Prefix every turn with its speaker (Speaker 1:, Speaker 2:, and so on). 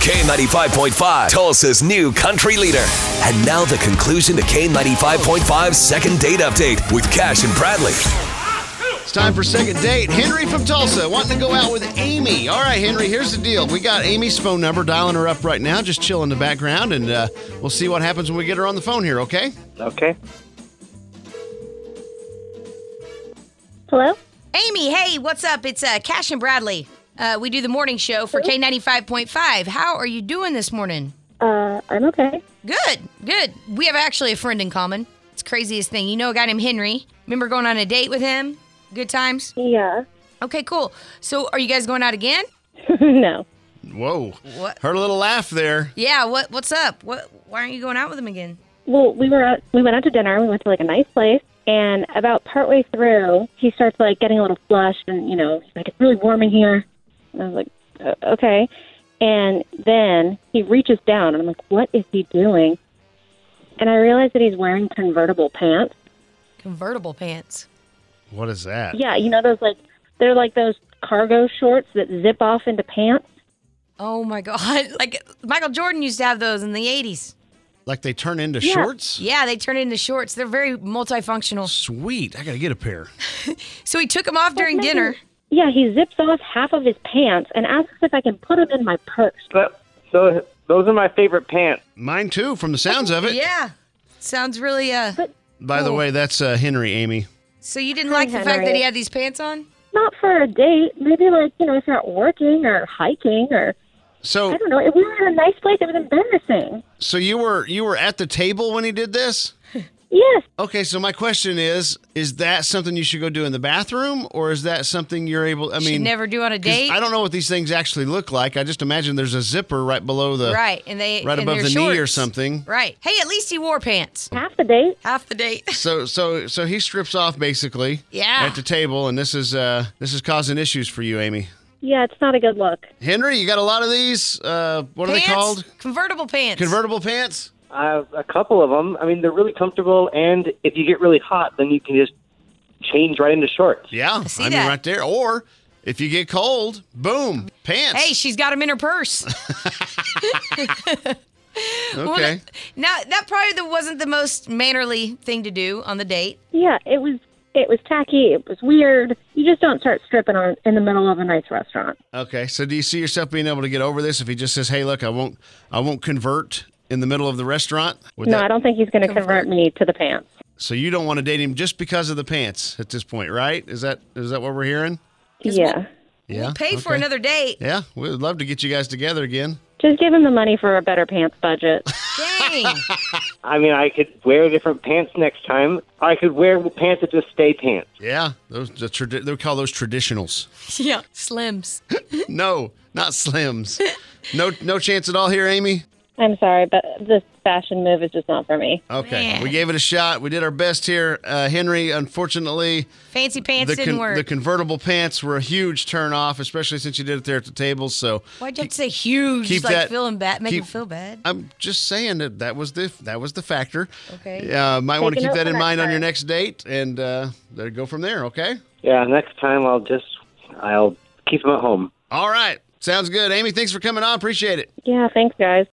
Speaker 1: K95.5, Tulsa's new country leader. And now the conclusion to K95.5's second date update with Cash and Bradley.
Speaker 2: It's time for second date. Henry from Tulsa wanting to go out with Amy. All right, Henry, here's the deal. We got Amy's phone number, dialing her up right now, just chill in the background, and uh, we'll see what happens when we get her on the phone here, okay?
Speaker 3: Okay.
Speaker 4: Hello?
Speaker 5: Amy, hey, what's up? It's uh, Cash and Bradley. Uh, we do the morning show for K95.5. How are you doing this morning?
Speaker 4: Uh, I'm okay.
Speaker 5: Good, good. We have actually a friend in common. It's the craziest thing. You know a guy named Henry. Remember going on a date with him? Good times?
Speaker 4: Yeah.
Speaker 5: Okay, cool. So are you guys going out again?
Speaker 4: no.
Speaker 2: Whoa.
Speaker 5: What?
Speaker 2: Her little laugh there.
Speaker 5: Yeah, what what's up? What why aren't you going out with him again?
Speaker 4: Well, we were out, we went out to dinner. We went to like a nice place, and about partway through, he starts like getting a little flushed, and you know, he's like, "It's really warm in here." And I was like, "O- "Okay," and then he reaches down, and I'm like, "What is he doing?" And I realize that he's wearing convertible pants.
Speaker 5: Convertible pants.
Speaker 2: What is that?
Speaker 4: Yeah, you know those like they're like those cargo shorts that zip off into pants.
Speaker 5: Oh my god. Like Michael Jordan used to have those in the 80s.
Speaker 2: Like they turn into
Speaker 4: Yeah.
Speaker 2: shorts?
Speaker 5: Yeah, they turn into shorts. They're very multifunctional.
Speaker 2: Sweet. I got to get a pair.
Speaker 5: So he took them off during
Speaker 4: That's
Speaker 5: dinner.
Speaker 4: amazing. Yeah, he zips off half of his pants and asks if I can put them in my purse.
Speaker 3: But, so those are my favorite pants.
Speaker 2: Mine too, from the sounds of it.
Speaker 5: Yeah. Sounds really uh
Speaker 2: By the way, that's uh, Henry, Amy.
Speaker 5: So you didn't like the fact that he
Speaker 4: Henry.
Speaker 5: had these pants on?
Speaker 4: not for a date. Maybe like you know, if you're out working or hiking or
Speaker 2: So
Speaker 4: I don't know. It we were in a nice place. It was embarrassing.
Speaker 2: so you were you were at the table when he did this?
Speaker 4: Yes,
Speaker 2: Okay, so my question is is that something you should go do in the bathroom or is that something you're able I
Speaker 5: Should
Speaker 2: mean
Speaker 5: never do on a
Speaker 2: 'Cause
Speaker 5: date.
Speaker 2: I don't know what these things actually look like. I just imagine there's a zipper right below the
Speaker 5: right, and they
Speaker 2: right
Speaker 5: and
Speaker 2: above
Speaker 5: they're
Speaker 2: the knee or
Speaker 5: shorts.
Speaker 2: something.
Speaker 5: Right. Hey, at least he wore pants.
Speaker 4: half the date.
Speaker 5: Half the date.
Speaker 2: So so so he strips off basically
Speaker 5: Yeah.
Speaker 2: at the table, and this is uh this is causing issues for you, Amy.
Speaker 4: Yeah, it's not a good look.
Speaker 2: Henry, you got a lot of these. Uh, what are
Speaker 5: pants?
Speaker 2: they called?
Speaker 5: Convertible pants.
Speaker 2: Convertible pants.
Speaker 3: I have a couple of them. I mean, they're really comfortable, and if you get really hot, then you can just change right into shorts.
Speaker 2: Yeah, I,
Speaker 5: see
Speaker 2: mean
Speaker 5: that.
Speaker 2: right there. Or if you get cold, boom, pants.
Speaker 5: Hey, she's got him in her purse. Well,
Speaker 2: okay.
Speaker 5: now that probably the- wasn't the most mannerly thing to do on the date.
Speaker 4: Yeah, it was. It was tacky. It was weird. You just don't start stripping on in the middle of a nice restaurant.
Speaker 2: Okay. So do you see yourself being able to get over this if he just says, "Hey, look, I won't, I won't convert." In the middle of the restaurant, Would
Speaker 4: No,
Speaker 2: that-
Speaker 4: I don't think he's going to convert me to the pants.
Speaker 2: so you don't want to date him just because of the pants at this point, right? Is that is that what we're hearing?
Speaker 4: Yeah,
Speaker 2: Yeah.
Speaker 5: We'll pay for
Speaker 2: okay.
Speaker 5: another date.
Speaker 2: Yeah, we would love to get you guys together again.
Speaker 4: just give him the money for a better pants budget.
Speaker 5: Dang.
Speaker 3: I mean, I could wear different pants next time. I could wear pants that just stay pants.
Speaker 2: Yeah, those the tradi- they call those traditionals.
Speaker 5: yeah. Slims.
Speaker 2: No, not slims. No, no chance at all here, Amy.
Speaker 4: I'm sorry, but this fashion move is just not for me.
Speaker 2: Okay,
Speaker 5: Man.
Speaker 2: we gave it a shot. We did our best here, uh, Henry. Unfortunately,
Speaker 5: Fancy pants
Speaker 2: the,
Speaker 5: didn't
Speaker 2: con-
Speaker 5: work.
Speaker 2: the convertible pants were a huge turn off, especially since you did it there at the table. So
Speaker 5: Why'd you have to say huge?
Speaker 2: keep
Speaker 5: like
Speaker 2: that-
Speaker 5: feeling bad, make
Speaker 2: keep-
Speaker 5: him feel bad.
Speaker 2: I'm just saying that that was the that was the factor.
Speaker 5: Okay.
Speaker 2: uh, might want to
Speaker 4: Take a
Speaker 2: keep
Speaker 4: note
Speaker 2: that in
Speaker 4: for next
Speaker 2: mind on your
Speaker 4: time.
Speaker 2: next date, and uh, there go from there. Okay.
Speaker 3: Yeah, next time I'll just I'll keep them at home.
Speaker 2: All right. Sounds good, Amy. Thanks for coming on. Appreciate it.
Speaker 4: Yeah, thanks, guys.